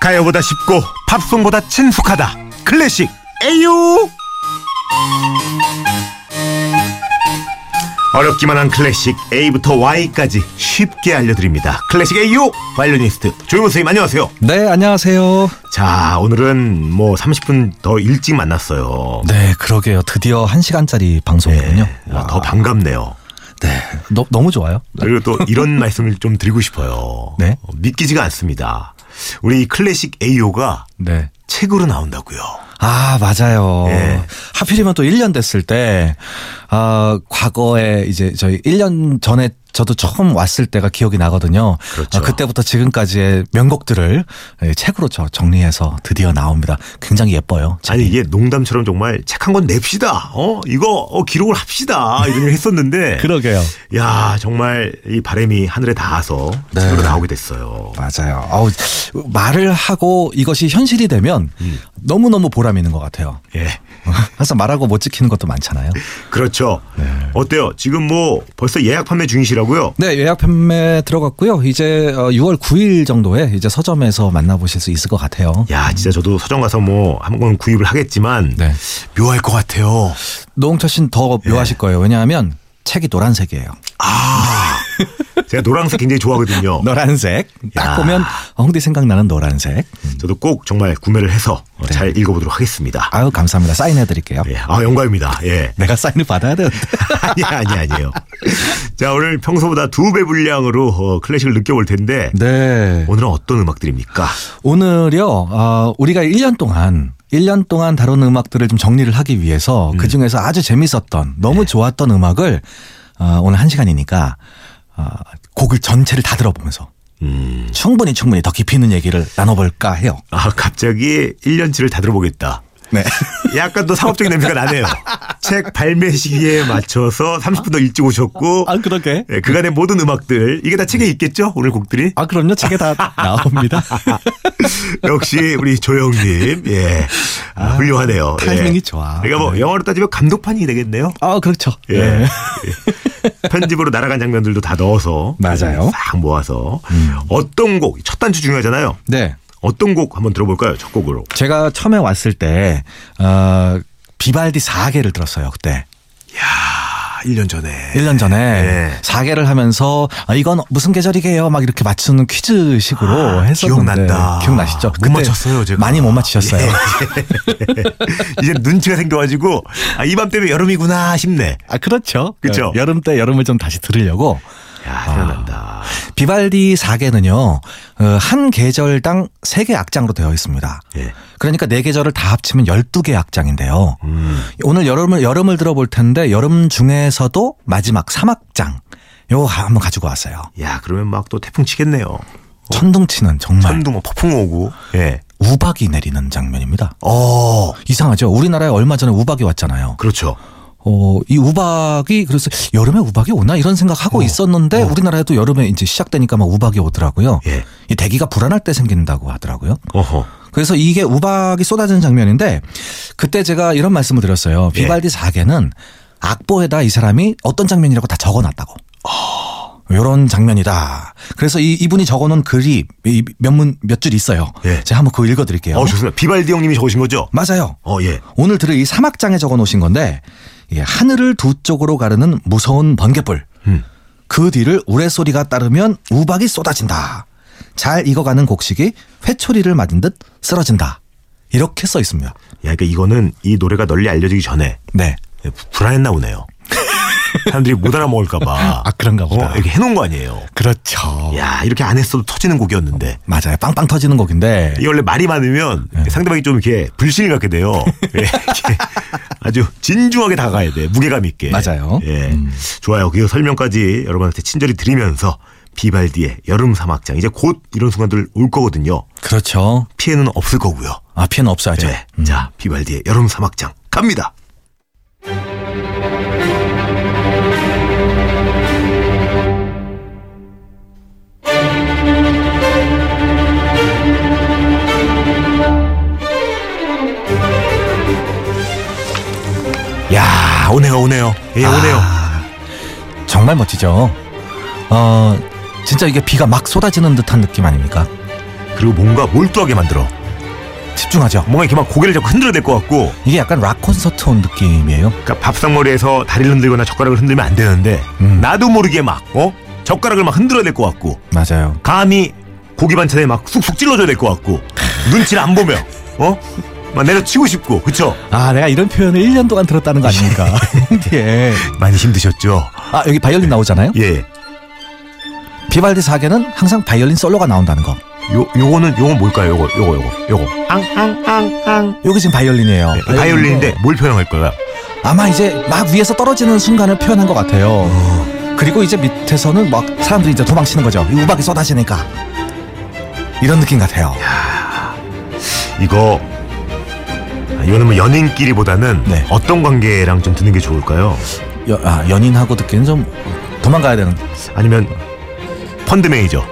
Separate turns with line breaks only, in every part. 가요보다 쉽고 팝송보다 친숙하다 클래식 에유 어렵기만한 클래식 A부터 Y까지 쉽게 알려드립니다 클래식 에유 바이올리니스트 조용호 선생님 안녕하세요
네, 안녕하세요.
자 오늘은 뭐 30분 더 일찍 만났어요
네, 그러게요. 드디어 1시간짜리 방송이군요.
아, 더 반갑네요
네. 너, 너무 좋아요.
그리고 또 이런 말씀을 좀 드리고 싶어요
네.
어, 믿기지가 않습니다 우리 클래식 AO가
네.
책으로 나온다고요.
아, 맞아요.
예.
하필이면 또 1년 됐을 때, 아, 과거에 이제 저희 1년 전에 저도 처음 왔을 때가 기억이 나거든요.
그렇죠.
아, 그때부터 지금까지의 명곡들을 예, 책으로 저 정리해서 드디어 나옵니다. 굉장히 예뻐요.
아니 이게 농담처럼 정말 책 한 권 냅시다. 어 이거 어, 기록을 합시다. 이런 얘기 했었는데.
그러게요.
야 정말 이 바람이 하늘에 닿아서
네.
책으로 나오게 됐어요.
맞아요. 아우, 말을 하고 이것이 현실이 되면 너무너무 보람 있는 것 같아요.
예.
항상 말하고 못 지키는 것도 많잖아요.
그렇죠. 어때요? 지금 뭐 벌써 예약 판매 중이시라고요?
네, 예약 판매 들어갔고요. 이제 어, 6월 9일 정도에 이제 서점에서 만나보실 수 있을 것 같아요.
야 진짜 저도 서점 가서 뭐 한 권 구입을 하겠지만
네.
묘할 것 같아요.
노홍철 씨는 더 묘하실 거예요. 왜냐하면 책이 노란색이에요.
아 제가 노란색 굉장히 좋아하거든요.
노란색. 딱
야.
보면 어, 홍대 생각나는 노란색.
저도 꼭 정말 구매를 해서 어, 잘 읽어보도록 하겠습니다.
아유, 감사합니다. 사인해드릴게요.
예. 아 영광입니다. 예.
네. 내가 사인을 받아야 되는데.
아니 아니 아니에요. 자 오늘 평소보다 두 배 분량으로 어, 클래식을 느껴볼 텐데
네.
오늘은 어떤 음악들입니까?
오늘요, 어, 우리가 1년 동안 1년 동안 다룬 음악들을 좀 정리를 하기 위해서 그 중에서 아주 재밌었던, 너무 좋았던 음악을 어, 오늘 한 시간이니까 어, 곡을 전체를 다 들어보면서
음.
충분히 충분히 더 깊이 있는 얘기를 나눠볼까 해요.
아 갑자기 1년치를 다 들어보겠다.
네.
약간 또 상업적인 냄새가 나네요. 책 발매 시기에 맞춰서 30분 더 일찍 오셨고
아, 그러게.
예, 그간의 모든 음악들 이게 다 책에 있겠죠? 오늘 곡들이
아, 그럼요. 책에 다 나옵니다.
역시 우리 조영님 예 아, 훌륭하네요. 예.
타이밍이 좋아. 네.
그러니까 뭐 영화로 따지면 감독판이 되겠네요.
아, 그렇죠.
예.
네.
예. 편집으로 날아간 장면들도 다 넣어서
맞아요. 음.
싹 모아서 어떤 곡 첫 단추 중요하잖아요.
네.
어떤 곡 한번 들어볼까요? 첫 곡으로.
제가 처음에 왔을 때, 어, 비발디 4개를 들었어요, 그때.
야, 1년 전에.
1년 전에
예.
사 4개를 하면서 아, 이건 무슨 계절이게요? 막 이렇게 맞추는 퀴즈식으로
아,
했었는데
기억난다.
기억나시죠?
못
그때
맞췄어요, 제가. 예.
많이 못 맞히셨어요.
이제 눈치가 생겨가지고 아, 이맘때면 여름이구나 싶네.
아 그렇죠.
그쵸?
예, 여름 때 여름을 좀 다시 들으려고 아.
야, 생각난다.
비발디 4개는요. 어, 한 계절당 3개 악장으로 되어 있습니다.
예.
그러니까 네 계절을 다 합치면 12개 악장인데요.
음.
오늘 여름을 여름을 들어볼 텐데 여름 중에서도 마지막 3악장 요거 한번 가지고 왔어요.
야, 그러면 막 또 태풍 치겠네요.
천둥치는 정말
천둥 뭐 폭풍 오고. 예.
우박이 내리는 장면입니다.
어,
이상하죠. 우리나라에 얼마 전에 우박이 왔잖아요.
그렇죠.
어, 이 우박이 그래서 여름에 우박이 오나 이런
어,
생각하고 있었는데 우리나라에도 여름에 이제 시작되니까 막 우박이 오더라고요.
예.
이 대기가 불안할 때 생긴다고 하더라고요.
어허.
그래서 이게 우박이 쏟아지는 장면인데 그때 제가 이런 말씀을 드렸어요.
예.
비발디 4개는 악보에다 이 사람이 어떤 장면이라고 다 적어놨다고.
아.
요런 장면이다. 그래서 이, 이분이 적어놓은 글이 이 몇 문, 몇 줄 있어요.
예.
제가 한번 그거 읽어드릴게요.
어, 좋습니다. 비발디 형님이 적으신 거죠?
맞아요.
어, 예.
오늘 들을 이 사막장에 적어 놓으신 건데 예, 하늘을 두 쪽으로 가르는 무서운 번개불
음.
그 뒤를 우레소리가 따르면 우박이 쏟아진다 잘 익어가는 곡식이 회초리를 맞은 듯 쓰러진다 이렇게 써 있습니다
야, 그러니까 이거는 이 노래가 널리 알려지기 전에
네.
예, 부- 불안했나 보네요. 사람들이 못 알아먹을까봐.
아, 그런가 보다.
어, 이렇게 해놓은 거 아니에요.
그렇죠
야, 이렇게 안 했어도 터지는 곡이었는데.
맞아요 빵빵 터지는 곡인데
이게 원래 말이 많으면 상대방이 좀 이렇게 불신이 갖게 돼요. 예, 이렇게 아주 진중하게 다가가야 돼. 무게감 있게.
맞아요.
예. 좋아요. 그 설명까지 여러분한테 친절히 드리면서 비발디의 여름 사막장. 이제 곧 이런 순간들 올 거거든요.
그렇죠
피해는 없을 거고요.
아 피해는 없어야죠
네. 자, 비발디의 여름 사막장 갑니다. 야, 오네요, 오네요. 예, 오네요.
아, 정말 멋지죠 어 진짜 이게 비가 막 쏟아지는 듯한 느낌 아닙니까
그리고 뭔가 몰두하게 만들어.
집중하죠.
뭔가 이렇게 막 고개를 자꾸 흔들어 댈것 같고,
이게 약간 락 콘서트 온 느낌이에요.
그러니까 밥상머리에서 다리를 흔들거나 젓가락을 흔들면 안 되는데,
음.
나도 모르게 막, 어? 젓가락을 막 흔들어 댈것 같고,
맞아요.
감히 고기 반찬에 막 쑥쑥 찔러줘야 될 것 같고, 눈치를 안 보며, 어? 막 내려치고 싶고, 그쵸?
아, 내가 이런 표현을 1년 동안 들었다는 거 아닙니까? 예.
많이 힘드셨죠?
아, 여기 바이올린 나오잖아요.
예.
비발디 사계는 항상 바이올린 솔로가 나온다는 거.
요, 요거는, 요건 뭘까요? 요거, 요거, 요거, 요거.
여기 지금 바이올린이에요.
네, 바이올린인데 뭘 표현할 거야?
아마 이제 막 위에서 떨어지는 순간을 표현한 것 같아요.
어.
그리고 이제 밑에서는 막 사람들이 이제 도망치는 거죠. 이 우박이 쏟아지니까. 이런 느낌 같아요.
이거 아, 이거는 뭐 연인끼리보다는
네.
어떤 관계랑 좀 드는 게 좋을까요?
여- 아, 연인하고 듣기는 좀 도망가야 되는.
아니면 펀드 매니저,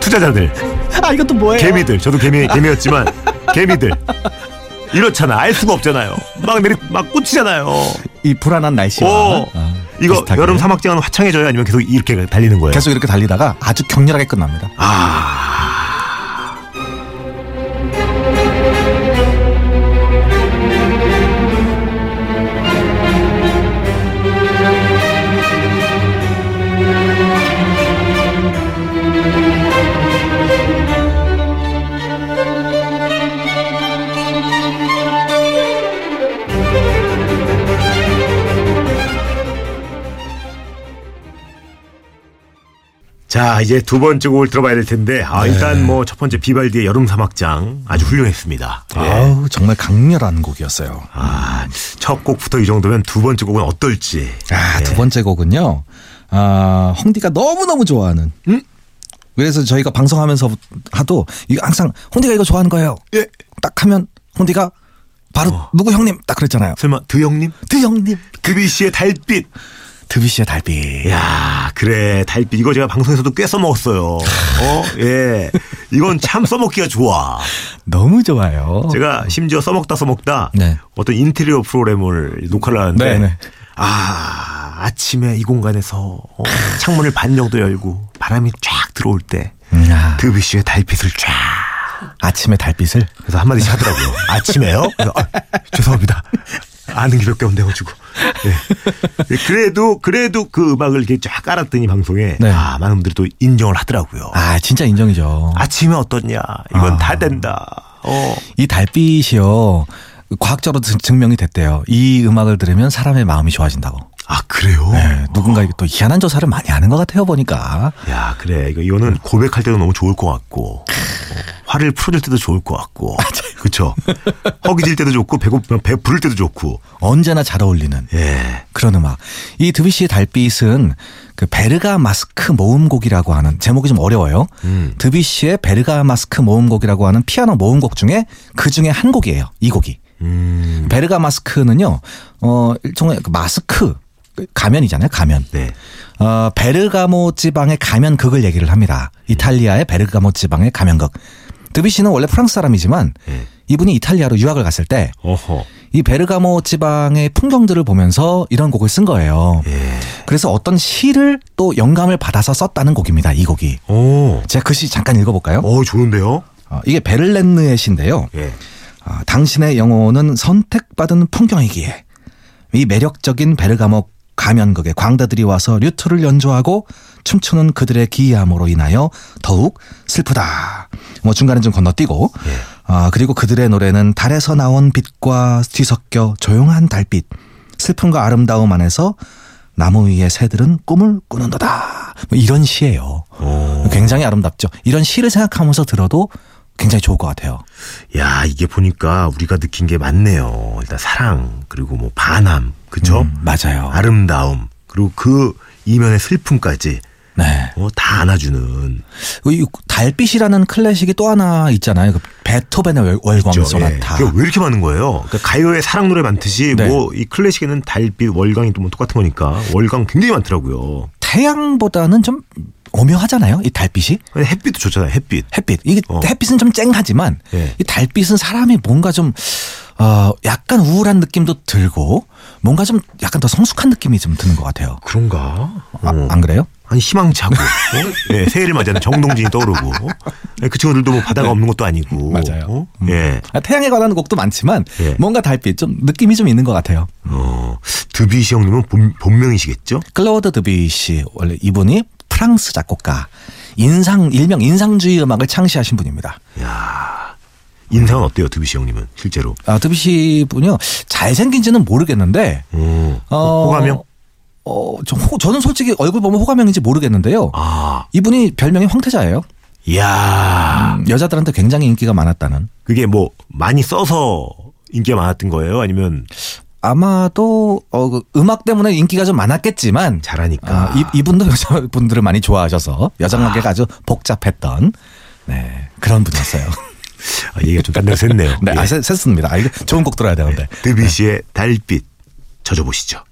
투자자들,
아, 이것도 뭐예요?
개미들. 저도 개미 개미였지만 개미들 이렇잖아. 알 수가 없잖아요. 막 내리 막 꽂히잖아요.
이 불안한 날씨와
오,
아,
이거
비슷하게.
여름 사막장은 화창해져요? 아니면 계속 이렇게 달리는 거예요?
계속 이렇게 달리다가 아주 격렬하게 끝납니다.
자 이제 두 번째 곡을 들어봐야 될 텐데 아,
네.
일단 뭐 첫 번째 비발디의 여름 사막장 음. 아주 훌륭했습니다. 예. 아,
아우 정말 강렬한 곡이었어요.
첫 곡부터 이 정도면 두 번째 곡은 어떨지.
아, 두 번째 곡은요. 아, 홍디가 너무너무 좋아하는. 그래서 저희가 방송하면서 하도 이거 항상 홍디가 이거 좋아하는 거예요. 딱 하면 홍디가 바로 누구 형님 딱 그랬잖아요.
설마 드 형님?
드 형님.
드비씨의 달빛.
드비씨의 달빛.
야, 그래 달빛 이거 제가 방송에서도 꽤 써먹었어요. 어, 예, 이건 참 써먹기가 좋아.
너무 좋아요.
제가 심지어 써먹다 써먹다
네.
어떤 인테리어 프로그램을 녹화를 하는데
네, 네.
아 아침에 이 공간에서 어, 창문을 반 정도 열고 바람이 쫙 들어올 때
음, 아,
드비씨의 달빛을 쫙
아침의 달빛을.
그래서 한마디씩 하더라고요. 아침에요? 그래서, 아, 죄송합니다. 아는 게 몇 개 없는데 가지고. 예. 그래도 그래도 그 음악을 이렇게 쫙 깔았더니 방송에
네.
아, 많은 분들이 또 인정을 하더라고요.
아, 진짜 인정이죠.
아, 침에 어떻냐? 이건
아.
다 된다. 어.
이 달빛이요. 과학적으로 증- 증명이 됐대요. 이 음악을 들으면 사람의 마음이 좋아진다고.
아 그래요?
네, 누군가에게 또 희한한 조사를 많이 하는 것 같아요, 보니까.
야 그래 이거 이거는 고백할 때도 너무 좋을 것 같고 어, 화를 풀어줄 때도 좋을 것 같고 그렇죠. 허기질 때도 좋고 배고 배 부를 때도 좋고
언제나 잘 어울리는
예.
그런 음악. 이 드비시의 달빛은 그 베르가 마스크 모음곡이라고 하는 제목이 좀 어려워요.
음.
드비시의 베르가 마스크 모음곡이라고 하는 피아노 모음곡 중에 그 중에 한 곡이에요. 이 곡이.
음.
베르가 마스크는요, 어, 일종의 그 마스크 그 가면이잖아요. 가면.
네.
어, 베르가모 지방의 가면극을 얘기를 합니다.
음.
이탈리아의 베르가모 지방의 가면극. 드비시는 원래 프랑스 사람이지만
예.
이분이 이탈리아로 유학을 갔을 때 이
어허.
베르가모 지방의 풍경들을 보면서 이런 곡을 쓴 거예요.
예.
그래서 어떤 시를 또 영감을 받아서 썼다는 곡입니다. 이 곡이.
오.
제가 그 시 잠깐 읽어볼까요?
어 좋은데요?
어, 이게 베를렌느의 시인데요.
예.
아, 당신의 영혼은 선택받은 풍경이기에 이 매력적인 베르가모 가면극에 광대들이 와서 류트를 연주하고 춤추는 그들의 기이함으로 인하여 더욱 슬프다. 뭐 중간에 좀 건너뛰고 아, 그리고 그들의 노래는 달에서 나온 빛과 뒤섞여 조용한 달빛 슬픔과 아름다움 안에서 나무 위의 새들은 꿈을 꾸는도다. 뭐 이런 시예요.
오.
굉장히 아름답죠. 이런 시를 생각하면서 들어도 굉장히 좋을 것 같아요.
야 이게 보니까 우리가 느낀 게 많네요. 일단 사랑 그리고 뭐 반함 그쵸?
음, 맞아요.
아름다움 그리고 그 이면의 슬픔까지
네.
어, 다 안아주는
이 달빛이라는 클래식이 또 하나 있잖아요. 그 베토벤의 월- 월광
그죠? 예.
소나타.
그게 왜 이렇게 많은 거예요? 그러니까 가요에 사랑 노래 많듯이
네.
뭐 이 클래식에는 달빛 월광이 또 뭐 똑같은 거니까 월광 굉장히 많더라고요.
태양보다는 좀 오묘하잖아요. 이 달빛이.
아니, 햇빛도 좋잖아요. 햇빛.
햇빛. 이게
어.
햇빛은 좀 쨍하지만
예.
이 달빛은 사람이 뭔가 좀 어, 약간 우울한 느낌도 들고 뭔가 좀 약간 더 성숙한 느낌이 좀 드는 것 같아요.
그런가?
아,
어.
안 그래요?
아니 희망차고 어? 예, 새해를 맞이하는 정동진이 떠오르고 예, 그 친구들도 뭐 바다가 없는 것도 아니고
네. 맞아요.
어?
음.
예,
아, 태양에 관한 곡도 많지만
예.
뭔가 달빛 좀 느낌이 좀 있는 것 같아요.
어, 드비시 형님은 본, 본명이시겠죠?
클로드 드비시 원래 이분이 프랑스 작곡가 인상 일명 인상주의 음악을 창시하신 분입니다.
야 인상은 어때요, 드비시 형님은 실제로?
아, 드비시 분이요 잘생긴지는 모르겠는데
어,
어,
호감형?
어, 저, 호- 저는 솔직히 얼굴 보면 호감형인지 모르겠는데요.
아,
이분이 별명이 황태자예요. 음,
이야
여자들한테 굉장히 인기가 많았다는.
그게 뭐 많이 써서 인기가 많았던 거예요? 아니면
아마도 어, 그 음악 때문에 인기가 좀 많았겠지만
잘하니까?
아, 이, 이분도 여자분들을 많이 좋아하셔서 여자관계가 아주 복잡했던 네, 그런 분이었어요.
아, 얘기가 좀 딴 데로 샜네요. 네.
네,
예.
아, 셌- 셌습니다. 아, 이거 좋은 곡 들어야 되는데.
드비시의 달빛 젖어보시죠.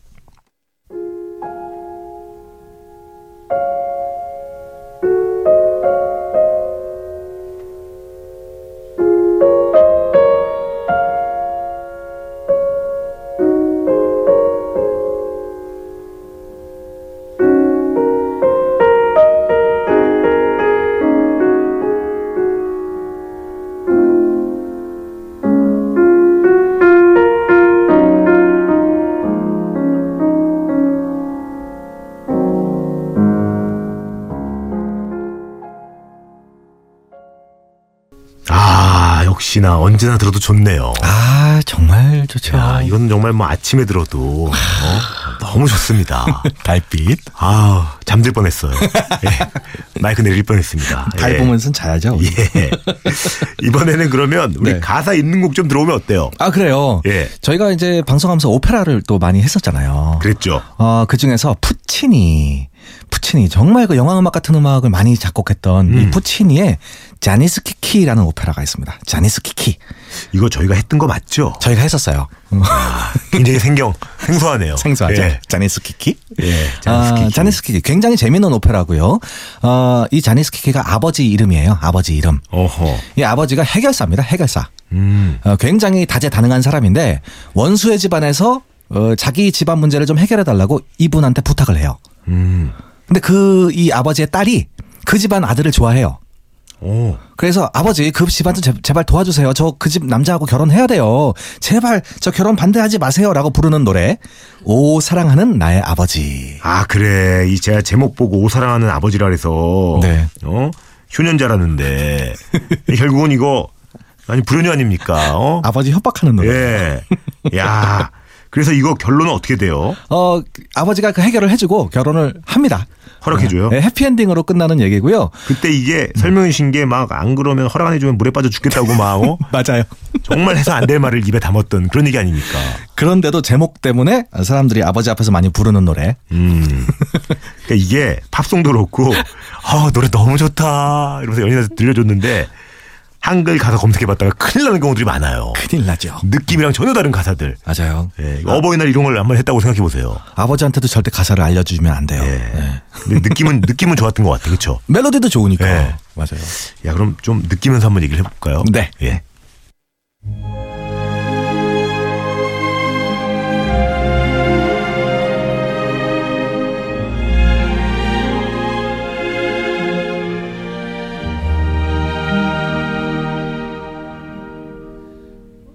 아 역시나 언제나 들어도 좋네요.
아, 정말 좋죠.
야, 이건 정말 뭐 아침에 들어도 어, 너무 좋습니다.
달빛.
아 잠들 뻔했어요. 예. 마이크 내릴 뻔했습니다.
달
예.
보면서 자야죠. 우리.
예. 이번에는 그러면 우리
네.
가사 있는 곡 좀 들어오면 어때요?
아, 그래요.
예.
저희가 이제 방송하면서 오페라를 또 많이 했었잖아요.
그랬죠.
어, 그 중에서 푸치니. 푸치니 정말 그 영화 음악 같은 음악을 많이 작곡했던 이 푸치니의 자니스 키키라는 오페라가 있습니다. 자니스 키키.
이거 저희가 했던 거 맞죠?
저희가 했었어요.
굉장히 생경 생소하네요.
생소하죠.
예.
자니스 키키.
예.
아, 자니스 키키 굉장히 재미있는 오페라고요. 어, 이 자니스 키키가 아버지 이름이에요. 아버지 이름.
어허.
이 아버지가 해결사입니다. 해결사.
음.
어, 굉장히 다재다능한 사람인데 원수의 집안에서 어, 자기 집안 문제를 좀 해결해 달라고 이분한테 부탁을 해요.
음.
근데 그 이 아버지의 딸이 그 집안 아들을 좋아해요.
오.
그래서 아버지 그 집안 좀 제- 제발 도와주세요. 저 그 집 남자하고 결혼해야 돼요. 제발 저 결혼 반대하지 마세요라고 부르는 노래. 오 사랑하는 나의 아버지.
아 그래 이 제가 제목 보고 오사랑하는 아버지라 그래서
네.
어 효년자라는데 결국은 이거 아니 불효녀 아닙니까? 어?
아버지 협박하는 노래.
예. 야. 그래서 이거 결론은 어떻게 돼요?
어 그- 아버지가 그 해결을 해주고 결혼을 합니다.
허락해줘요?
네, 해피엔딩으로 끝나는 얘기고요.
그때 이게 설명해 주신 게 막 안 그러면 허락 안 해주면 물에 빠져 죽겠다고 막 어?
맞아요.
정말 해서 안 될 말을 입에 담았던 그런 얘기 아닙니까?
그런데도 제목 때문에 사람들이 아버지 앞에서 많이 부르는 노래.
음. 그러니까 이게 팝송도 그렇고 아 노래 너무 좋다 이러면서 연인한테 들려줬는데 한글 가사 검색해봤다가 큰일 나는 경우들이 많아요.
큰일 나죠.
느낌이랑 전혀 다른 가사들.
맞아요.
예, 이거 어버이날 이런 걸 한번 했다고 생각해 보세요.
아버지한테도 절대 가사를 알려주면 안 돼요.
예.
네.
근데 느낌은 느낌은 좋았던 것 같아, 그렇죠?
멜로디도 좋으니까.
예.
맞아요.
야, 그럼 좀 느끼면서 한번 얘기를 해볼까요?
네.
예.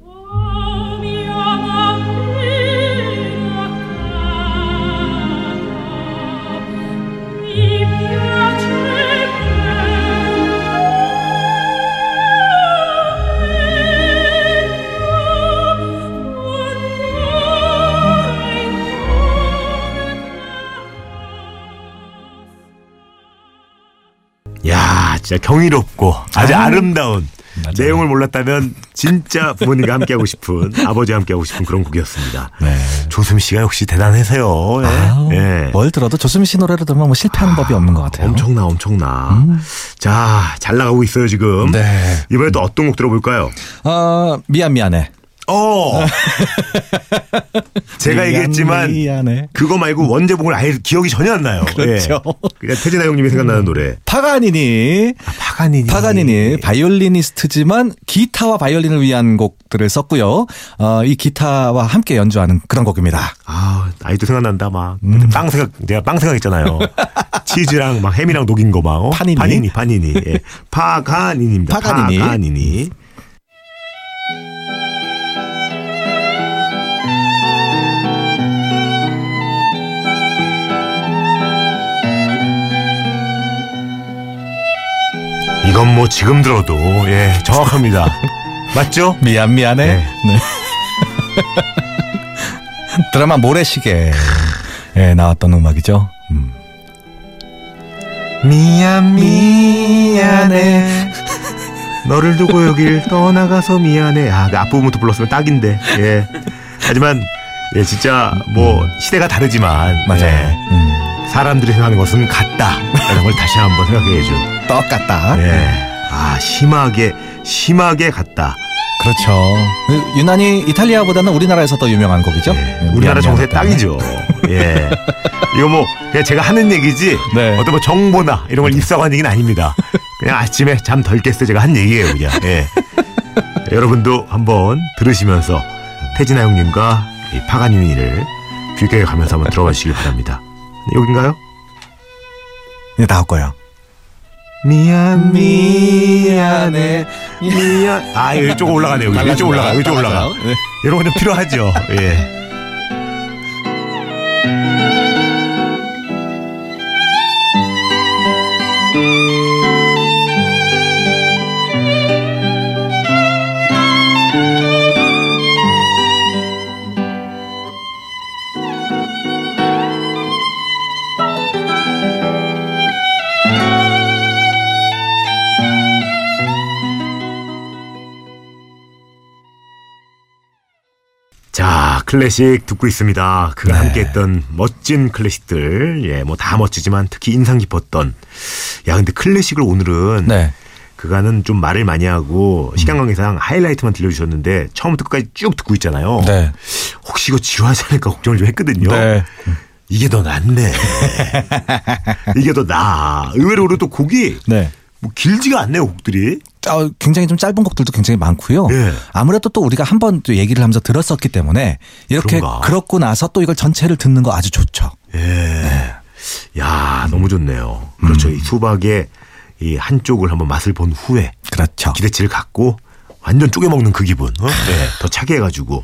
O mia bambina cara, mi piace prendere ancora in cuore
야, 진짜 경이롭고 아주 아, 름다운 내용을 몰랐다면 진짜 부모님과 함께하고 싶은 아버지와 함께하고 싶은 그런 곡이었습니다.
네.
조수미 씨가 역시 대단하세요. 예.
아우,
예.
뭘 들어도 조수미 씨 노래를 들으면 뭐 실패하는 법이 없는 것 같아요. 음.
엄청나, 엄청나. 자, 잘 나가고 있어요 지금.
네.
이번에 또 어떤 곡 들어볼까요?
어, 미안 미안해.
어. 제가
미안,
얘기했지만
미안해.
그거 말고 원제목을 아예 기억이 전혀 안 나요.
그렇죠.
예. 그냥 태진아 형님이 생각나는 노래.
파가니니
파가니니. 예,
파가니니 바이올리니스트지만 기타와 바이올린을 위한 곡들을 썼고요. 어, 이 기타와 함께 연주하는 그런 곡입니다.
아, 나이도 생각난다 막. 그때 빵 생각 내가 빵 생각했잖아요. 치즈랑 막 햄이랑 녹인 거 막. 어?
파니니?
파니니 파니니. 예. 파가니니입니다.
파가니니.
파가니니. 이건 뭐 지금 들어도 예 정확합니다. 맞죠?
미안 미안해.
네.
네. 드라마 모래시계 에 나왔던 음악이죠. 음.
미안
미안해.
너를 두고 여길 떠나가서 미안해. 아, 그 앞부분부터 불렀으면 딱인데. 예. 하지만 예, 진짜 뭐 시대가 다르지만
맞아요.
예,
음.
사람들이 생각하는 것은 같다라는 걸 다시 한번 생각해 줘.
똑같다.
예. 아, 심하게 심하게 같다.
그렇죠. 유- 유난히 이탈리아보다는 우리나라에서 더 유명한 곡이죠. 예,
네. 우리나라
미안,
정세
미안하다.
땅이죠. 예. 이거 뭐 그냥 제가 하는 얘기지.
네.
어떤 뭐 정보나 이런 걸 입사고 한 얘기는 아닙니다. 그냥 아침에 잠 덜 깼을 때 제가 한 얘기예요, 그냥. 예. 여러분도 한번 들으시면서 태진아 형님과 이 파가니니를 귀가에 가면서 한번 들어봐 주시길 바랍니다. 여긴가요?
네, 나올 거예요.
미안
미안해.
미안. 아 이쪽 올라가네요. 여기. 이쪽 올라가. 이쪽 올라가.
네.
이런 거 좀 필요하죠. 예. 자 클래식 듣고 있습니다. 그가
네.
함께했던 멋진 클래식들, 예, 뭐 다 멋지지만 특히 인상 깊었던. 야, 근데 클래식을 오늘은
네. 음.
그간은 좀 말을 많이 하고 시간 관계상 하이라이트만 들려주셨는데 처음부터 끝까지 쭉 듣고 있잖아요.
네.
혹시 이거 지루하지 않을까 걱정을 좀 했거든요.
네.
이게 더 낫네. 이게 더 나아. 의외로 오늘 또 곡이
네.
뭐 길지가 않네요, 곡들이.
어, 굉장히 좀 짧은 곡들도 굉장히 많고요.
예.
아무래도 또 우리가 한 번 또 얘기를 하면서 들었었기 때문에 이렇게
그런가?
그렇고 나서 또 이걸 전체를 듣는 거 아주 좋죠.
예. 야, 너무 좋네요.
음.
그렇죠. 이 수박의 이 한쪽을 한번 맛을 본 후에
그렇죠.
기대치를 갖고 완전 쪼개 먹는 그 기분. 어? 네. 더 차게 해가지고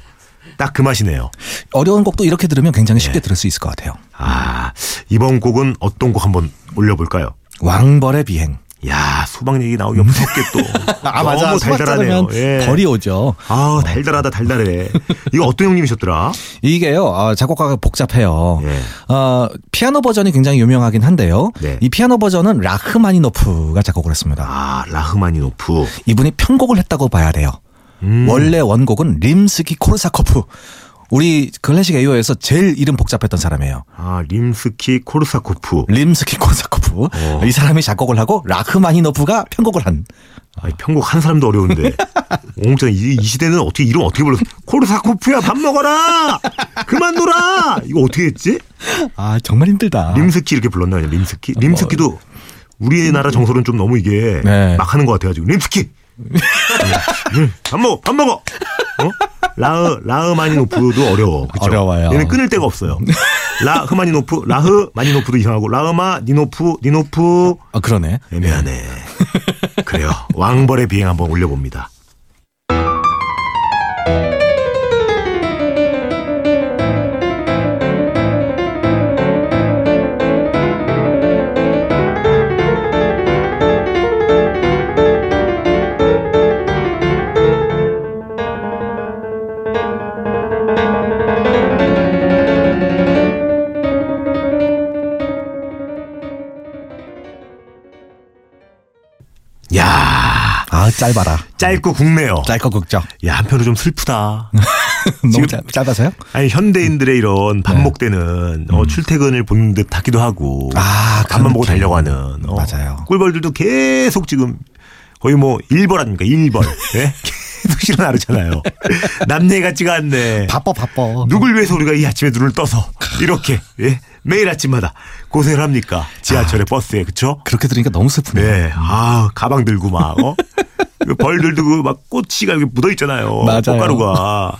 딱 그 맛이네요.
어려운 곡도 이렇게 들으면 굉장히
예.
쉽게 들을 수 있을 것 같아요.
아, 이번 곡은 어떤 곡 한번 올려볼까요?
왕벌의 비행.
야, 수박 얘기 나오기
음.
없었게 또.
아,
너무 달달하네요.
면
예.
벌이 오죠.
아, 달달하다, 달달해. 이거 어떤 형님이셨더라?
이게요 아, 작곡가가 복잡해요.
예.
어, 피아노 버전이 굉장히 유명하긴 한데요.
네.
이 피아노 버전은 라흐마니노프가 작곡을 했습니다.
아, 라흐마니노프.
이분이 편곡을 했다고 봐야 돼요.
음.
원래 원곡은 림스키 코르사코프. 우리 클래식 AO에서 제일 이름 복잡했던 사람이에요.
아, 림스키 코르사코프.
림스키 코르사코프. 이 사람이 작곡을 하고 라흐마니노프가 편곡을 한.
아니, 편곡 한 사람도 어려운데. 옹국장, 이, 이 시대는 어떻게, 이름 어떻게 불렀어? 코르사코프야, 밥 먹어라! 그만 놀아! 이거 어떻게 했지?
아 정말 힘들다.
림스키 이렇게 불렀나, 아니 림스키? 림스키도 우리나라 정서는 좀 너무 이게
어, 네.
막 하는 것 같아가지고. 림스키! 네. 네. 밥 먹어! 밥 먹어! 어? 라흐, 라흐마니노프도 어려워. 그쵸?
어려워요.
얘는 끊을 데가 없어요. 라흐마니노프, 라흐마니노프도 이상하고, 라흐마니노프, 니노프,
아 그러네.
애매하네. 그래요. 왕벌의 비행 한번 올려봅니다. 야
아 짧아라.
짧고 굵네요.
짧고 극적.
야 한편으로 좀 슬프다.
너무
지금-
짧, 짧아서요?
아니 현대인들의
네.
이런 반복되는 어, 출퇴근을 보는 듯 하기도 하고
음. 아, 그런
밥만 먹고
느낌.
달려고 하는 어,
맞아요.
꿀벌들도 계속 지금 거의 뭐 일벌 아닙니까 일벌 예? 계속 실어나르잖아요. 남녀 같지가 않네.
바빠 바빠.
누굴 위해서 우리가 이 아침에 눈을 떠서 이렇게 예? 매일 아침마다 고생을 합니까?
아.
지하철에 버스에 그쵸?
그렇게 들으니까 너무 슬프네.
네. 아 가방 들고 막 어? 그 벌들도 그막 꽃이가 이렇게 묻어 있잖아요.
맞아요.
꽃가루가.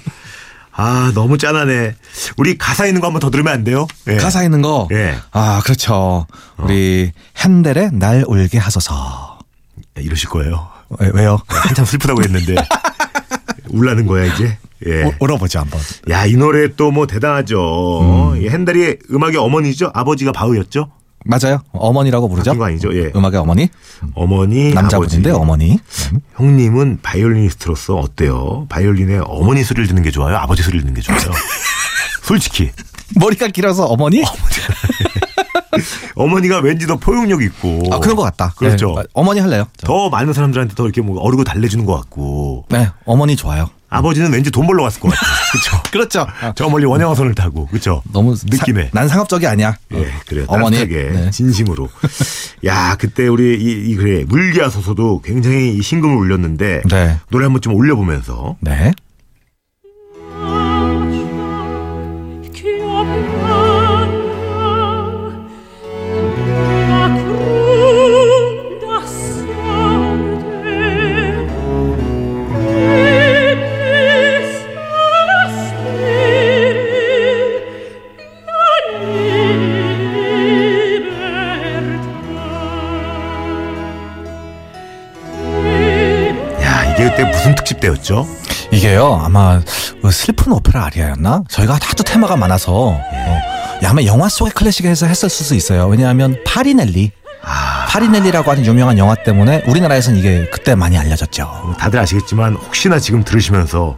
아 너무 짠하네. 우리 가사 있는 거 한번 더 들으면 안 돼요? 예.
가사 있는 거.
예.
아 그렇죠. 우리 핸델의 날 울게 하소서.
네, 이러실 거예요.
왜, 왜요?
한참 슬프다고 했는데 울라는 거야 이제. 예.
울- 울어보죠 한번.
야 이 노래 또 뭐 대단하죠.
음.
이 핸델이 음악의 어머니죠. 아버지가 바흐였죠.
맞아요. 어머니라고 부르죠.
바뀐 거 아니죠? 예.
음악의 어머니.
어머니
남자분인데
아버지.
어머니.
형님은 바이올리니스트로서 어때요? 바이올린의 어머니 소리를 듣는 게 좋아요? 아버지 소리를 듣는 게 좋아요? 솔직히
머리가 길어서 어머니?
어머니가 왠지 더 포용력 있고
아 그런 것 같다.
그렇죠.
네, 어머니 할래요. 저.
더 많은 사람들한테 더 이렇게 뭐 어르고 달래주는 것 같고
네, 어머니 좋아요.
아버지는 왠지 돈 벌러 갔을 것 같아요. 그렇죠.
그렇죠.
저 멀리 원양어선을 타고 그렇죠.
너무
느낌에.
사- 난 상업적이 아니야.
예, 그래요.
어머니.
따뜻하게
네.
진심으로. 야, 그때 우리 이, 이 그래 물기하소서도 굉장히 이 신금을 울렸는데
네.
노래 한번 좀 올려보면서
네.
야, 이게 그때 무슨 특집 때였죠?
이게요 아마 그 슬픈 오페라 아리아였나? 저희가 하도 테마가 많아서 어, 야, 아마 영화 속의 클래식에서 했을 수도 있어요. 왜냐하면 파리넬리.
아.
파리넬리라고 하는 유명한 영화 때문에 우리나라에서는 이게 그때 많이 알려졌죠.
다들 아시겠지만 혹시나 지금 들으시면서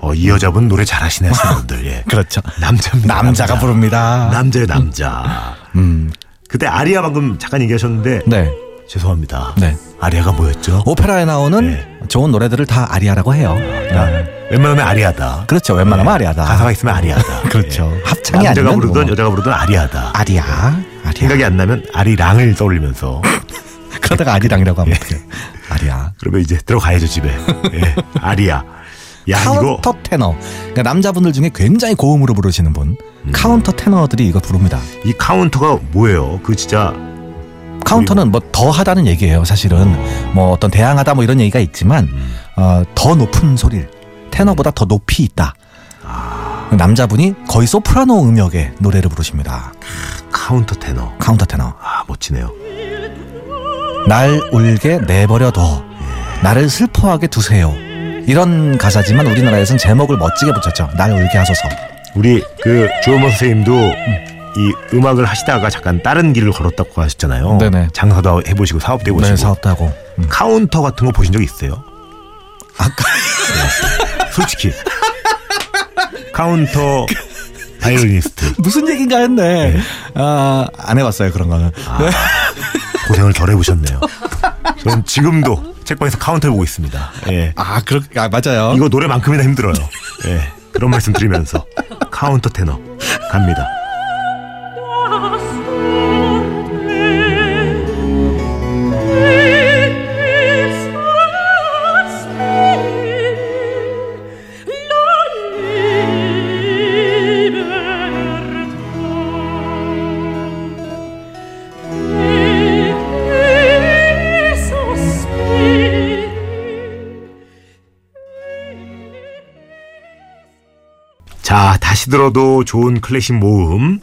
어, 이 여자분 노래 잘하시네 하시는 분들 예.
그렇죠.
남자입니다.
남자가
남자.
부릅니다.
남자의 남자.
음,
그때 아리아 방금 잠깐 얘기하셨는데
네.
죄송합니다.
네. 어?
아리아가 뭐였죠?
오페라에 나오는
네.
좋은 노래들을 다 아리아라고 해요.
아,
네.
웬만하면 아리아다.
그렇죠. 웬만하면 아리아다.
가사가 있으면 아리아다.
그렇죠.
예.
합창이
남자가
아니면
부르든
뭐.
여자가 부르든 아리아다.
아리아. 아리아.
생각이 안 나면 아리랑을 떠올리면서
그러다가 아리랑이라고
네.
하면 어떡해. 아리아.
그러면 이제 들어가야죠 집에. 예. 아리아. 야 이거
카운터 테너. 그러니까 남자분들 중에 굉장히 고음으로 부르시는 분. 카운터 테너들이 이거 부릅니다.
이 카운터가 뭐예요? 그 진짜
카운터는 뭐 더 하다는 얘기예요, 사실은. 뭐 어떤 대항하다 뭐 이런 얘기가 있지만
음.
어, 더 높은 소리를 테너보다 더 높이 있다.
아.
남자분이 거의 소프라노 음역의 노래를 부르십니다.
카운터 테너.
카운터 테너.
아 멋지네요.
날 울게 내버려둬. 나를 슬퍼하게 두세요. 이런 가사지만 우리나라에선 제목을 멋지게 붙였죠. 날 울게 하소서.
우리 그 주호모 선생님도 이 음악을 하시다가 잠깐 다른 길을 걸었다고 하셨잖아요.
네네.
장사도 해보시고 사업도 해보시고
네, 사업도 하고. 음.
카운터 같은 거 보신 적 있어요?
아까
솔직히 카운터 바이올리니스트
무슨 얘긴가 했네. 아, 안 해봤어요, 그런 거는. 네.
아. 고생을 덜 해보셨네요. 저는 지금도 책방에서 카운터 보고 있습니다. 예.
아, 그렇, 아, 맞아요.
이거 노래만큼이나 힘들어요. 예. 그런 말씀 드리면서 카운터 테너 갑니다. 자, 다시 들어도 좋은 클래식 모음.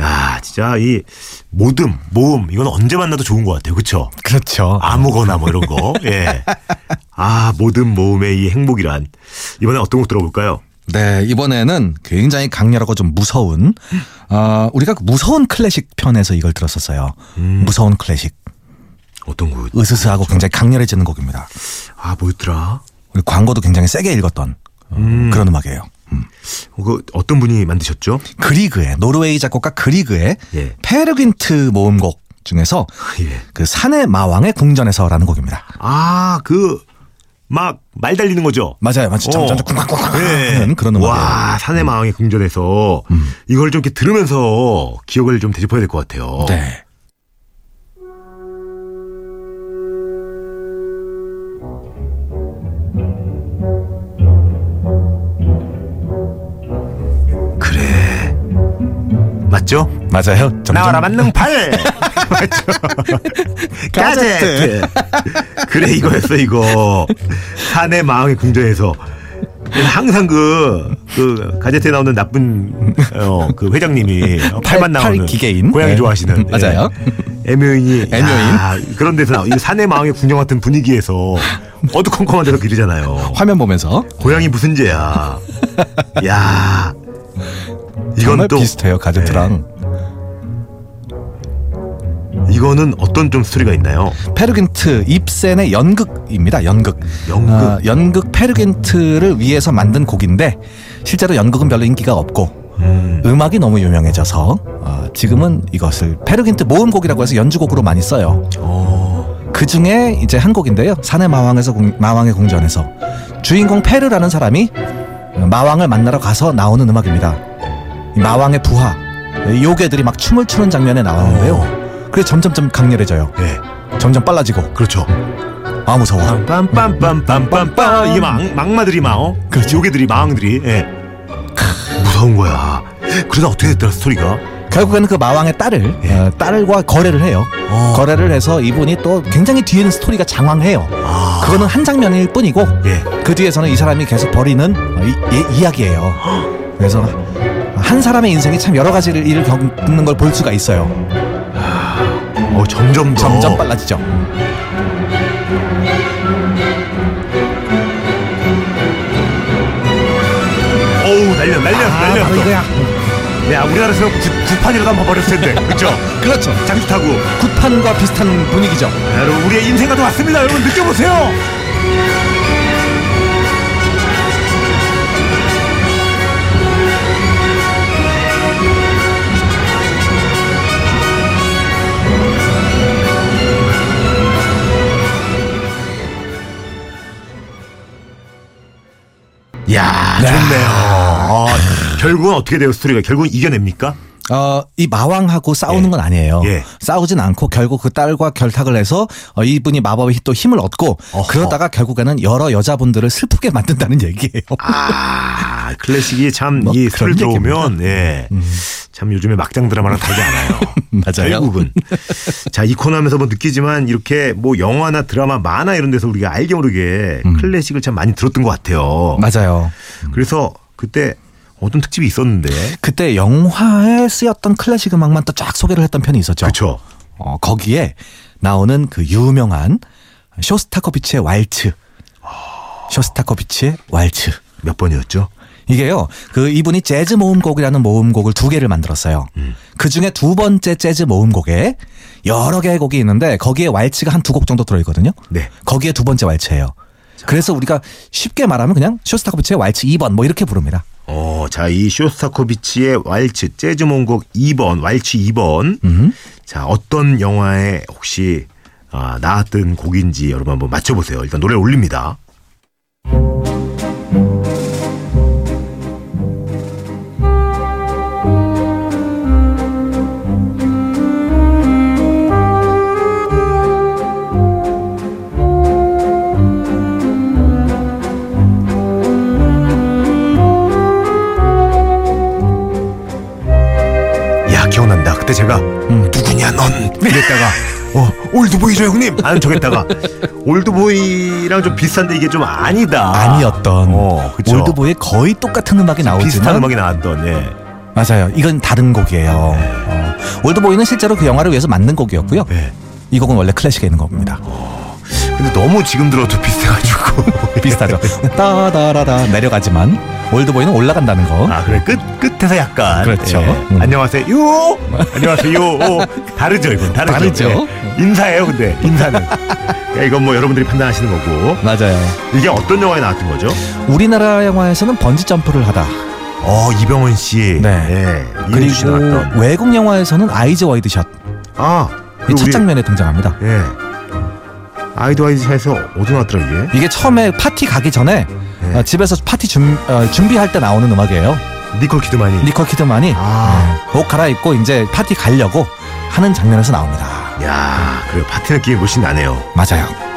야, 진짜 이 모듬, 모음 이건 언제 만나도 좋은 것 같아요. 그렇죠?
그렇죠.
아무거나 뭐 이런 거. 예. 아, 모든 모음의 이 행복이란 이번에 어떤 곡 들어볼까요?
네, 이번에는 굉장히 강렬하고 좀 무서운, 아, 우리가 그 무서운 클래식 편에서 이걸 들었었어요.
음.
무서운 클래식.
어떤 곡?
으스스하고 굉장히 강렬해지는 곡입니다.
아, 뭐였더라?
우리 광고도 굉장히 세게 읽었던 어, 그런 음악이에요.
어, 그 어떤 분이 만드셨죠?
그리그의 노르웨이 작곡가 그리그의
예.
페르귄트 모음곡 중에서
예.
그 산의 마왕의 궁전에서라는 곡입니다.
아, 그 막 말 달리는 거죠.
맞아요, 맞아요. 점점점 쿵쾅쿵쾅 하는 그런 음악이에요.
예.
음.
와, 산의 마왕의 궁전에서 이걸 좀 이렇게 들으면서 기억을 좀 되짚어야 될 것 같아요.
네.
아
맞죠?
맞아요. 점점-
나와라 만능 팔 맞죠? 가제트 그래 이거였어 이거 사내 마왕의 궁전에서 항상 그, 그 가제트에 나오는 나쁜 어, 그 회장님이 팔만
팔
나오는
기계인?
고양이
네.
좋아하시는
맞아요.
예. 애묘인이
애묘인?
야, 그런 데서 나오- 이 사내 마왕의 궁전 같은 분위기에서 어두컴컴한 데서 기르잖아요
화면 보면서
고양이 무슨 죄야 야
정말
이건 또 예.
비슷해요 가제트랑
이거는 어떤 좀 스토리가 있나요?
페르긴트 입센의 연극입니다. 연극.
연극.
아, 연극 페르긴트를 위해서 만든 곡인데 실제로 연극은 별로 인기가 없고
음.
음악이 너무 유명해져서 어, 지금은 이것을 페르긴트 모음곡이라고 해서 연주곡으로 많이 써요.
어.
그 중에 이제 한 곡인데요. 산의 마왕에서 공- 마왕의 궁전에서 주인공 페르라는 사람이 어, 마왕을 만나러 가서 나오는 음악입니다. 이 마왕의 부하 이 요괴들이 막 춤을 추는 장면에 나오는데요. 그래 점점점 강렬해져요.
어. 예.
점점 빨라지고
그렇죠.
아 무서워.
빰빰빰빰빰빰빰 이게 막 막마들이 막 어?
그렇죠.
요괴들이 마왕들이 예. 무서운 거야. 그러다 어떻게 됐더라 스토리가?
결국에는 그 마왕의 딸을
예.
어, 딸과 거래를 해요.
어.
거래를 해서 이분이 또 굉장히 뒤에는 스토리가 장황해요.
아.
그거는 한 장면일 뿐이고
예.
그 뒤에서는 이 사람이 계속 벌이는 어, 이, 야기예요 그래서 한 사람의 인생이 참 여러 가지 일을 겪는 걸 볼 수가 있어요.
어 점점 더
점점 빨라지죠.
어우 날려 날려
아,
날려.
바로 이거야.
야 우리나라 생각 두, 두 판이라도 한번 버렸을 텐데 그렇죠.
그렇죠.
장수 타고
굿판과 비슷한 분위기죠.
여러분 우리의 인생과도 같습니다. 여러분 느껴보세요. 야 좋네요. 아, 결국은 어떻게 돼요 스토리가? 결국은 이겨냅니까?
어, 이 마왕하고 싸우는
예.
건 아니에요.
예.
싸우진 않고 결국 그 딸과 결탁을 해서 어, 이분이 마법의 또 힘을 얻고
어허.
그러다가 결국에는 여러 여자분들을 슬프게 만든다는 얘기예요.
아 클래식이 참
뭐
이 술을
그런 얘기입니다. 음.
들어오면 예. 참 요즘에 막장 드라마랑 다르지 않아요.
맞아요.
결국은 자 이 코너 하면서 뭐 느끼지만 이렇게 뭐 영화나 드라마 만화 이런 데서 우리가 알게 모르게 클래식을 참 많이 들었던 것 같아요.
음. 맞아요.
그래서 그때 어떤 특집이 있었는데
그때 영화에 쓰였던 클래식 음악만 또 쫙 소개를 했던 편이 있었죠.
그렇죠.
어, 거기에 나오는 그 유명한 쇼스타코비치의 왈츠. 쇼스타코비치의 왈츠.
몇 번이었죠?
이게요, 그 이분이 재즈 모음곡이라는 모음곡을 두 개를 만들었어요.
음.
그 중에 두 번째 재즈 모음곡에 여러 개의 곡이 있는데 거기에 왈츠가 한 두 곡 정도 들어있거든요.
네.
거기에 두 번째 왈츠예요. 그래서 우리가 쉽게 말하면 그냥 쇼스타코비치의 왈츠 2번 뭐 이렇게 부릅니다.
어, 자, 이 쇼스타코비치의 왈츠, 재즈 몽곡 2번, 왈츠 2번. 자, 어떤 영화에 혹시 아, 나왔던 곡인지 여러분 한번 맞춰보세요. 일단 노래 올립니다. 야, 기억난다. 그때 제가
음.
누구냐, 넌! 이랬다가 어, 올드보이죠, 형님! 안 저겠다가 올드보이랑 좀 비슷한데 이게 좀 아니다.
아니었던
어, 그쵸.
올드보이의 거의 똑같은 음악이 나오지만
비슷한 음악이 나왔던 예.
맞아요. 이건 다른 곡이에요. 어, 올드보이는 실제로 그 영화를 위해서 만든 곡이었고요.
예.
이 곡은 원래 클래식에 있는 곡입니다.
근데 너무 지금 들어도 비슷해가지고
비슷하죠. 따다라다 내려가지만 올드보이는 올라간다는 거.
아 그래 끝 끝에서 약간
그렇죠.
예.
음.
안녕하세요 안녕하세요 오. 다르죠 이건 다르죠,
다르죠.
예. 인사예요 근데 인사는 그러니까 이건 뭐 여러분들이 판단하시는 거고
맞아요.
이게 어떤 영화에 나왔던 거죠?
우리나라 영화에서는 번지 점프를 하다.
어 이병헌 씨
네.
예. 이은주 씨
그리고
나왔던
외국 영화에서는 아이즈 와이드샷
아
이
그리고
첫
우리-
장면에 등장합니다.
예 아이드와이즈에서 어디 나왔더라 이게
이게 처음에 파티 가기 전에
네.
어, 집에서 파티 준, 어, 준비할 때 나오는 음악이에요.
니콜 키드만이
니콜 키드만이
아.
네, 옷 갈아입고 이제 파티 가려고 하는 장면에서 나옵니다.
야 그래 파티 느낌이 훨씬 나네요
맞아요.
아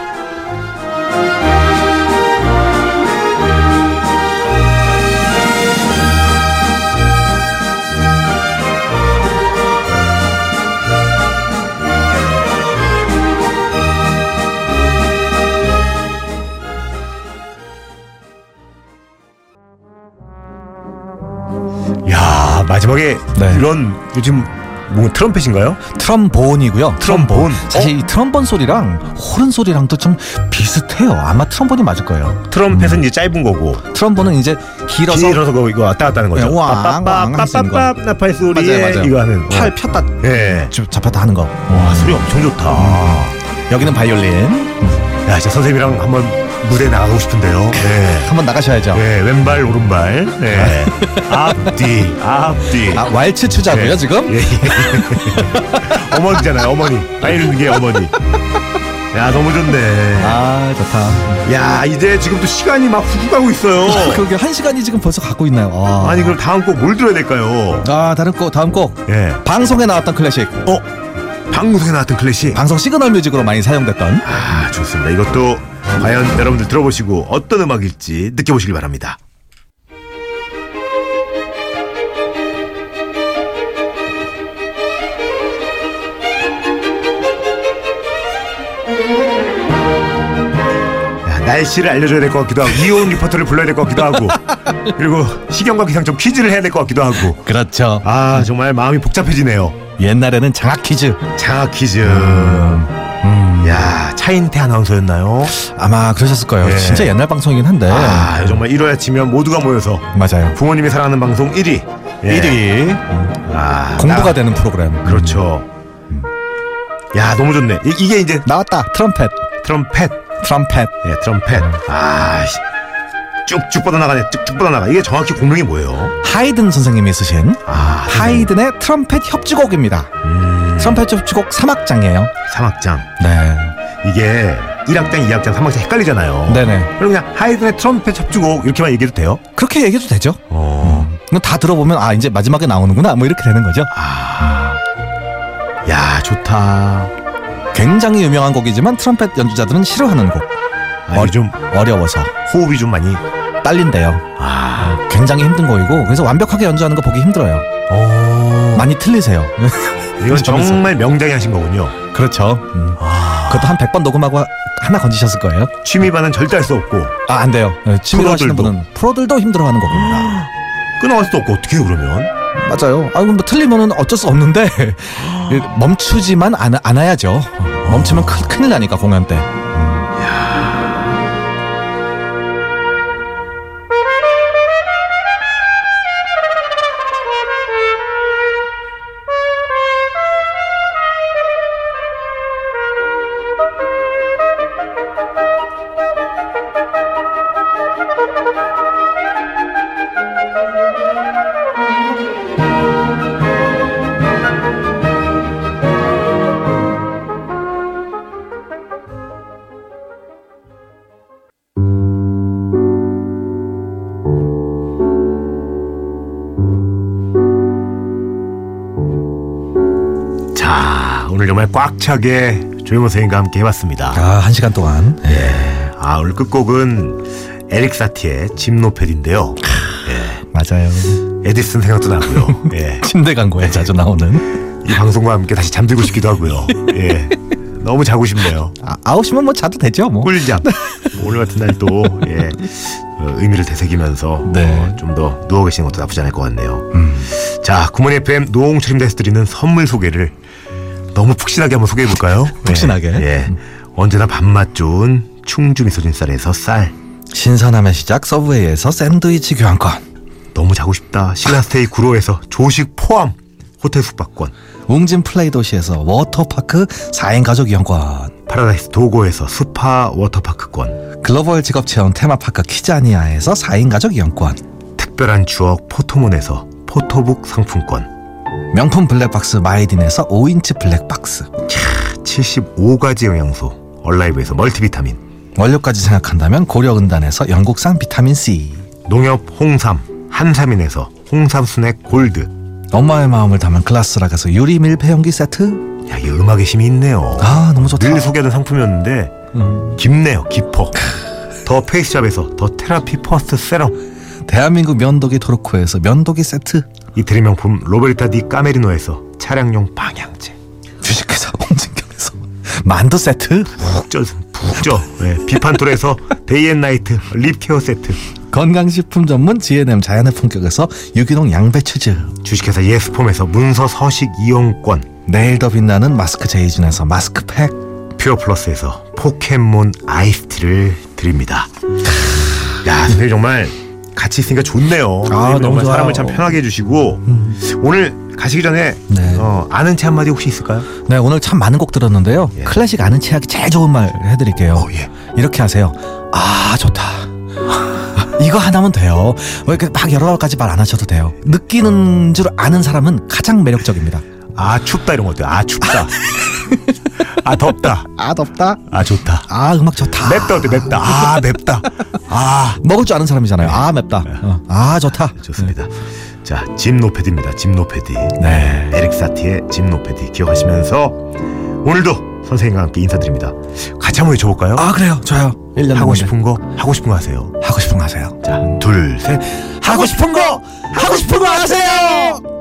마지막에
네.
이런 요즘 뭐 트럼펫인가요?
트럼본이고요.
트럼본.
사실 이 트럼본 소리랑 호른 소리랑도 좀 비슷해요. 아마 트럼본이 맞을 거예요.
트럼펫은 이제 짧은 거고
트럼본은 이제 길어서
길어서 그거 이거 왔다 갔다 하는 거죠.
네, 왕, 왕 하시는 거.
빠빠빠빠빠 나팔 소리에
맞아요, 맞아요.
이거 하는.
팔
어.
폈다
예.
쭉 잡혔다 하는 거. 음. 아,
와 소리 엄청 좋다.
여기는 바이올린.
야 진짜 선생님이랑 한번 무대 나가고 싶은데요. 예.
한번 나가셔야죠.
예, 왼발 오른발 예. 앞뒤 앞뒤
아, 왈츠 추자고요,
예.
지금?
예, 예. 어머니잖아요 어머니 바이올린 게 어머니 야 너무 좋네
아, 좋다.
야 이제 지금 또 시간이 막 후고 가고 있어요
그게 한 시간이 지금 벌써 갖고 있나요? 와.
아니 그럼 다음 곡 뭘 들어야 될까요
아, 다른 곡, 다음 곡.
예.
방송에 나왔던 클래식.
어? 방구석에 나왔던 클래식
방송 시그널 뮤직으로 많이 사용됐던
아 좋습니다 이것도 과연 여러분들 들어보시고 어떤 음악일지 느껴보시길 바랍니다 야, 날씨를 알려줘야 될 것 같기도 하고 이온 리포터를 불러야 될 것 같기도 하고 그리고 시경과 기상 좀 퀴즈를 해야 될 것 같기도 하고
그렇죠
아 정말 마음이 복잡해지네요
옛날에는 장학 퀴즈 음,
장학 퀴즈 야 차인태 아나운서였나요?
아마 그러셨을 거예요
예.
진짜 옛날 방송이긴 한데
아 정말 1월 아침이면 모두가 모여서
맞아요
부모님이 사랑하는 방송 1위 예.
1위
아,
공부가
나-
되는 프로그램
그렇죠 야 너무 좋네 이, 게 이제
나왔다 트럼펫
트럼펫
트럼펫
예 트럼펫 아 씨. 쭉쭉 뻗어나가네 쭉쭉 뻗어나가 이게 정확히 공명이 뭐예요
하이든 선생님이 쓰신
아
하이든의 트럼펫 협주곡입니다
음,
트럼펫 협주곡 3악장이에요
삼악장
네
이게 1악장 2악장 3악장 헷갈리잖아요
네네
그럼 그냥 하이든의 트럼펫 협주곡 이렇게만 얘기해도 돼요?
그렇게 얘기해도 되죠
어.
이거 다 들어보면 아 이제 마지막에 나오는구나 뭐 이렇게 되는 거죠
아. 야, 좋다.
굉장히 유명한 곡이지만 트럼펫 연주자들은 싫어하는 곡
아, 이게 좀
어려워서
호흡이 좀 많이.
딸린대요
아.
굉장히 힘든 거이고 그래서 완벽하게 연주하는 거 보기 힘들어요.
오.
많이 틀리세요.
이건 정말 명작이 하신 거군요.
그렇죠. 음.
아.
그것도 한 100번 녹음하고 하- 하나 건지셨을 거예요.
취미반은 절대 할 수 없고
아, 안 돼요. 네, 취미로
프로들도.
하시는 분은 프로들도 힘들어하는 겁니다.
끊어갈 수도 없고 어떻게 해요 그러면?
맞아요. 아, 그럼 뭐 틀리면은 어쩔 수 없는데 아. 멈추지만 안, 않아야죠. 멈추면 큰, 큰일 나니까 공연 때.
자 오늘 정말 꽉 차게 조용호 선생님과 함께 해봤습니다.
아, 한 시간 동안. 예.
아 오늘 끝곡은 에릭 사티의 집노패드인데요.
맞아요.
에디슨 생각도 나고요. 예.
침대 광고에 자주 나오는.
이 방송과 함께 다시 잠들고 싶기도 하고요. 예. 너무 자고 싶네요.
아, 아홉 시면 뭐 자도 되죠, 뭐.
꿀잠. 오늘 같은 날 또 예. 어, 의미를 되새기면서 어,
네.
좀 더 누워 계시는 것도 나쁘지 않을 것 같네요.
음.
자, 구몬 FM 노홍철임 대서 드리는 선물 소개를 너무 푹신하게 한번 소개해 볼까요?
푹신하게. 음.
예. 예. 언제나 밥맛 좋은 충주 미소진 쌀에서 쌀.
신선함의 시작 서브웨이에서 샌드위치 교환권.
너무 자고 싶다. 신라스테이 구로에서 조식 포함 호텔 숙박권.
웅진 플레이 도시에서 워터파크 4인 가족 이용권.
파라다이스 도고에서 스파 워터파크권.
글로벌 직업 체험 테마파크 키자니아에서 4인 가족 이용권.
특별한 추억 포토몬에서 포토북 상품권.
명품 블랙박스 마이딘에서 5인치 블랙박스.
75가지 영양소. 얼라이브에서 멀티비타민.
원료까지 생각한다면 고려은단에서 영국산 비타민C.
농협 홍삼. 한삼인에서 홍삼 스낵 골드.
엄마의 마음을 담은 글라스락에서 유리밀 배용기 세트.
야, 이 음악에 힘이 있네요.
아, 너무 좋다.
늘 소개하는 상품이었는데
음.
깊네요 깊어 더 페이스샵에서 더 테라피 퍼스트 세럼
대한민국 면도기 도르코에서 면도기 세트.
이태리 명품 로베르타 디 까메리노에서 차량용 방향제
주식회사 홍진경에서 만두 세트.
푹 쪄서 푹쪄 네, 비판톨에서 데이앤나이트 립케어 세트
건강식품 전문 GNM 자연의 품격에서 유기농 양배추즙.
주식회사 예스폼에서 문서 서식 이용권
내일 더 빛나는 마스크 제이준에서 마스크팩.
퓨어플러스에서 포켓몬 아이스티를 드립니다. 야 선생님 정말 같이 있으니까 좋네요. 음. 선생님
너무
정말 사람을
좋아요.
참 편하게 해주시고 오늘 가시기 전에
네.
어, 아는 체 한마디 혹시 있을까요?
네, 오늘 참 많은 곡 들었는데요.
예.
클래식 아는 체하기 제일 좋은 말 해드릴게요.
어, 예.
이렇게 하세요. 아, 좋다. 이거 하나면 돼요. 뭐 이렇게 막 여러 가지 말 안 하셔도 돼요. 느끼는 줄 아는 사람은 가장 매력적입니다.
아 춥다 이런 거 어때요? 아 춥다. 아 덥다.
아, 덥다.
아 좋다.
아, 음악 좋다.
맵다 어때 맵다. 아 맵다. 아
먹을 줄 아는 사람이잖아요. 아, 맵다. 어, 아, 좋다.
좋습니다. 자, 짐 노패드입니다. 짐 노패드.
네.
에릭 사티의 짐 노패드 기억하시면서 오늘도 선생님과 함께 인사드립니다. 같이 한번 외쳐볼까요?
아, 그래요. 좋아요. 1년
하고 싶은 거 하고 싶은 거 하세요.
하고 싶은 거 하세요.
자, 둘, 셋.
하고 싶은 거 하고 싶은 거 하세요.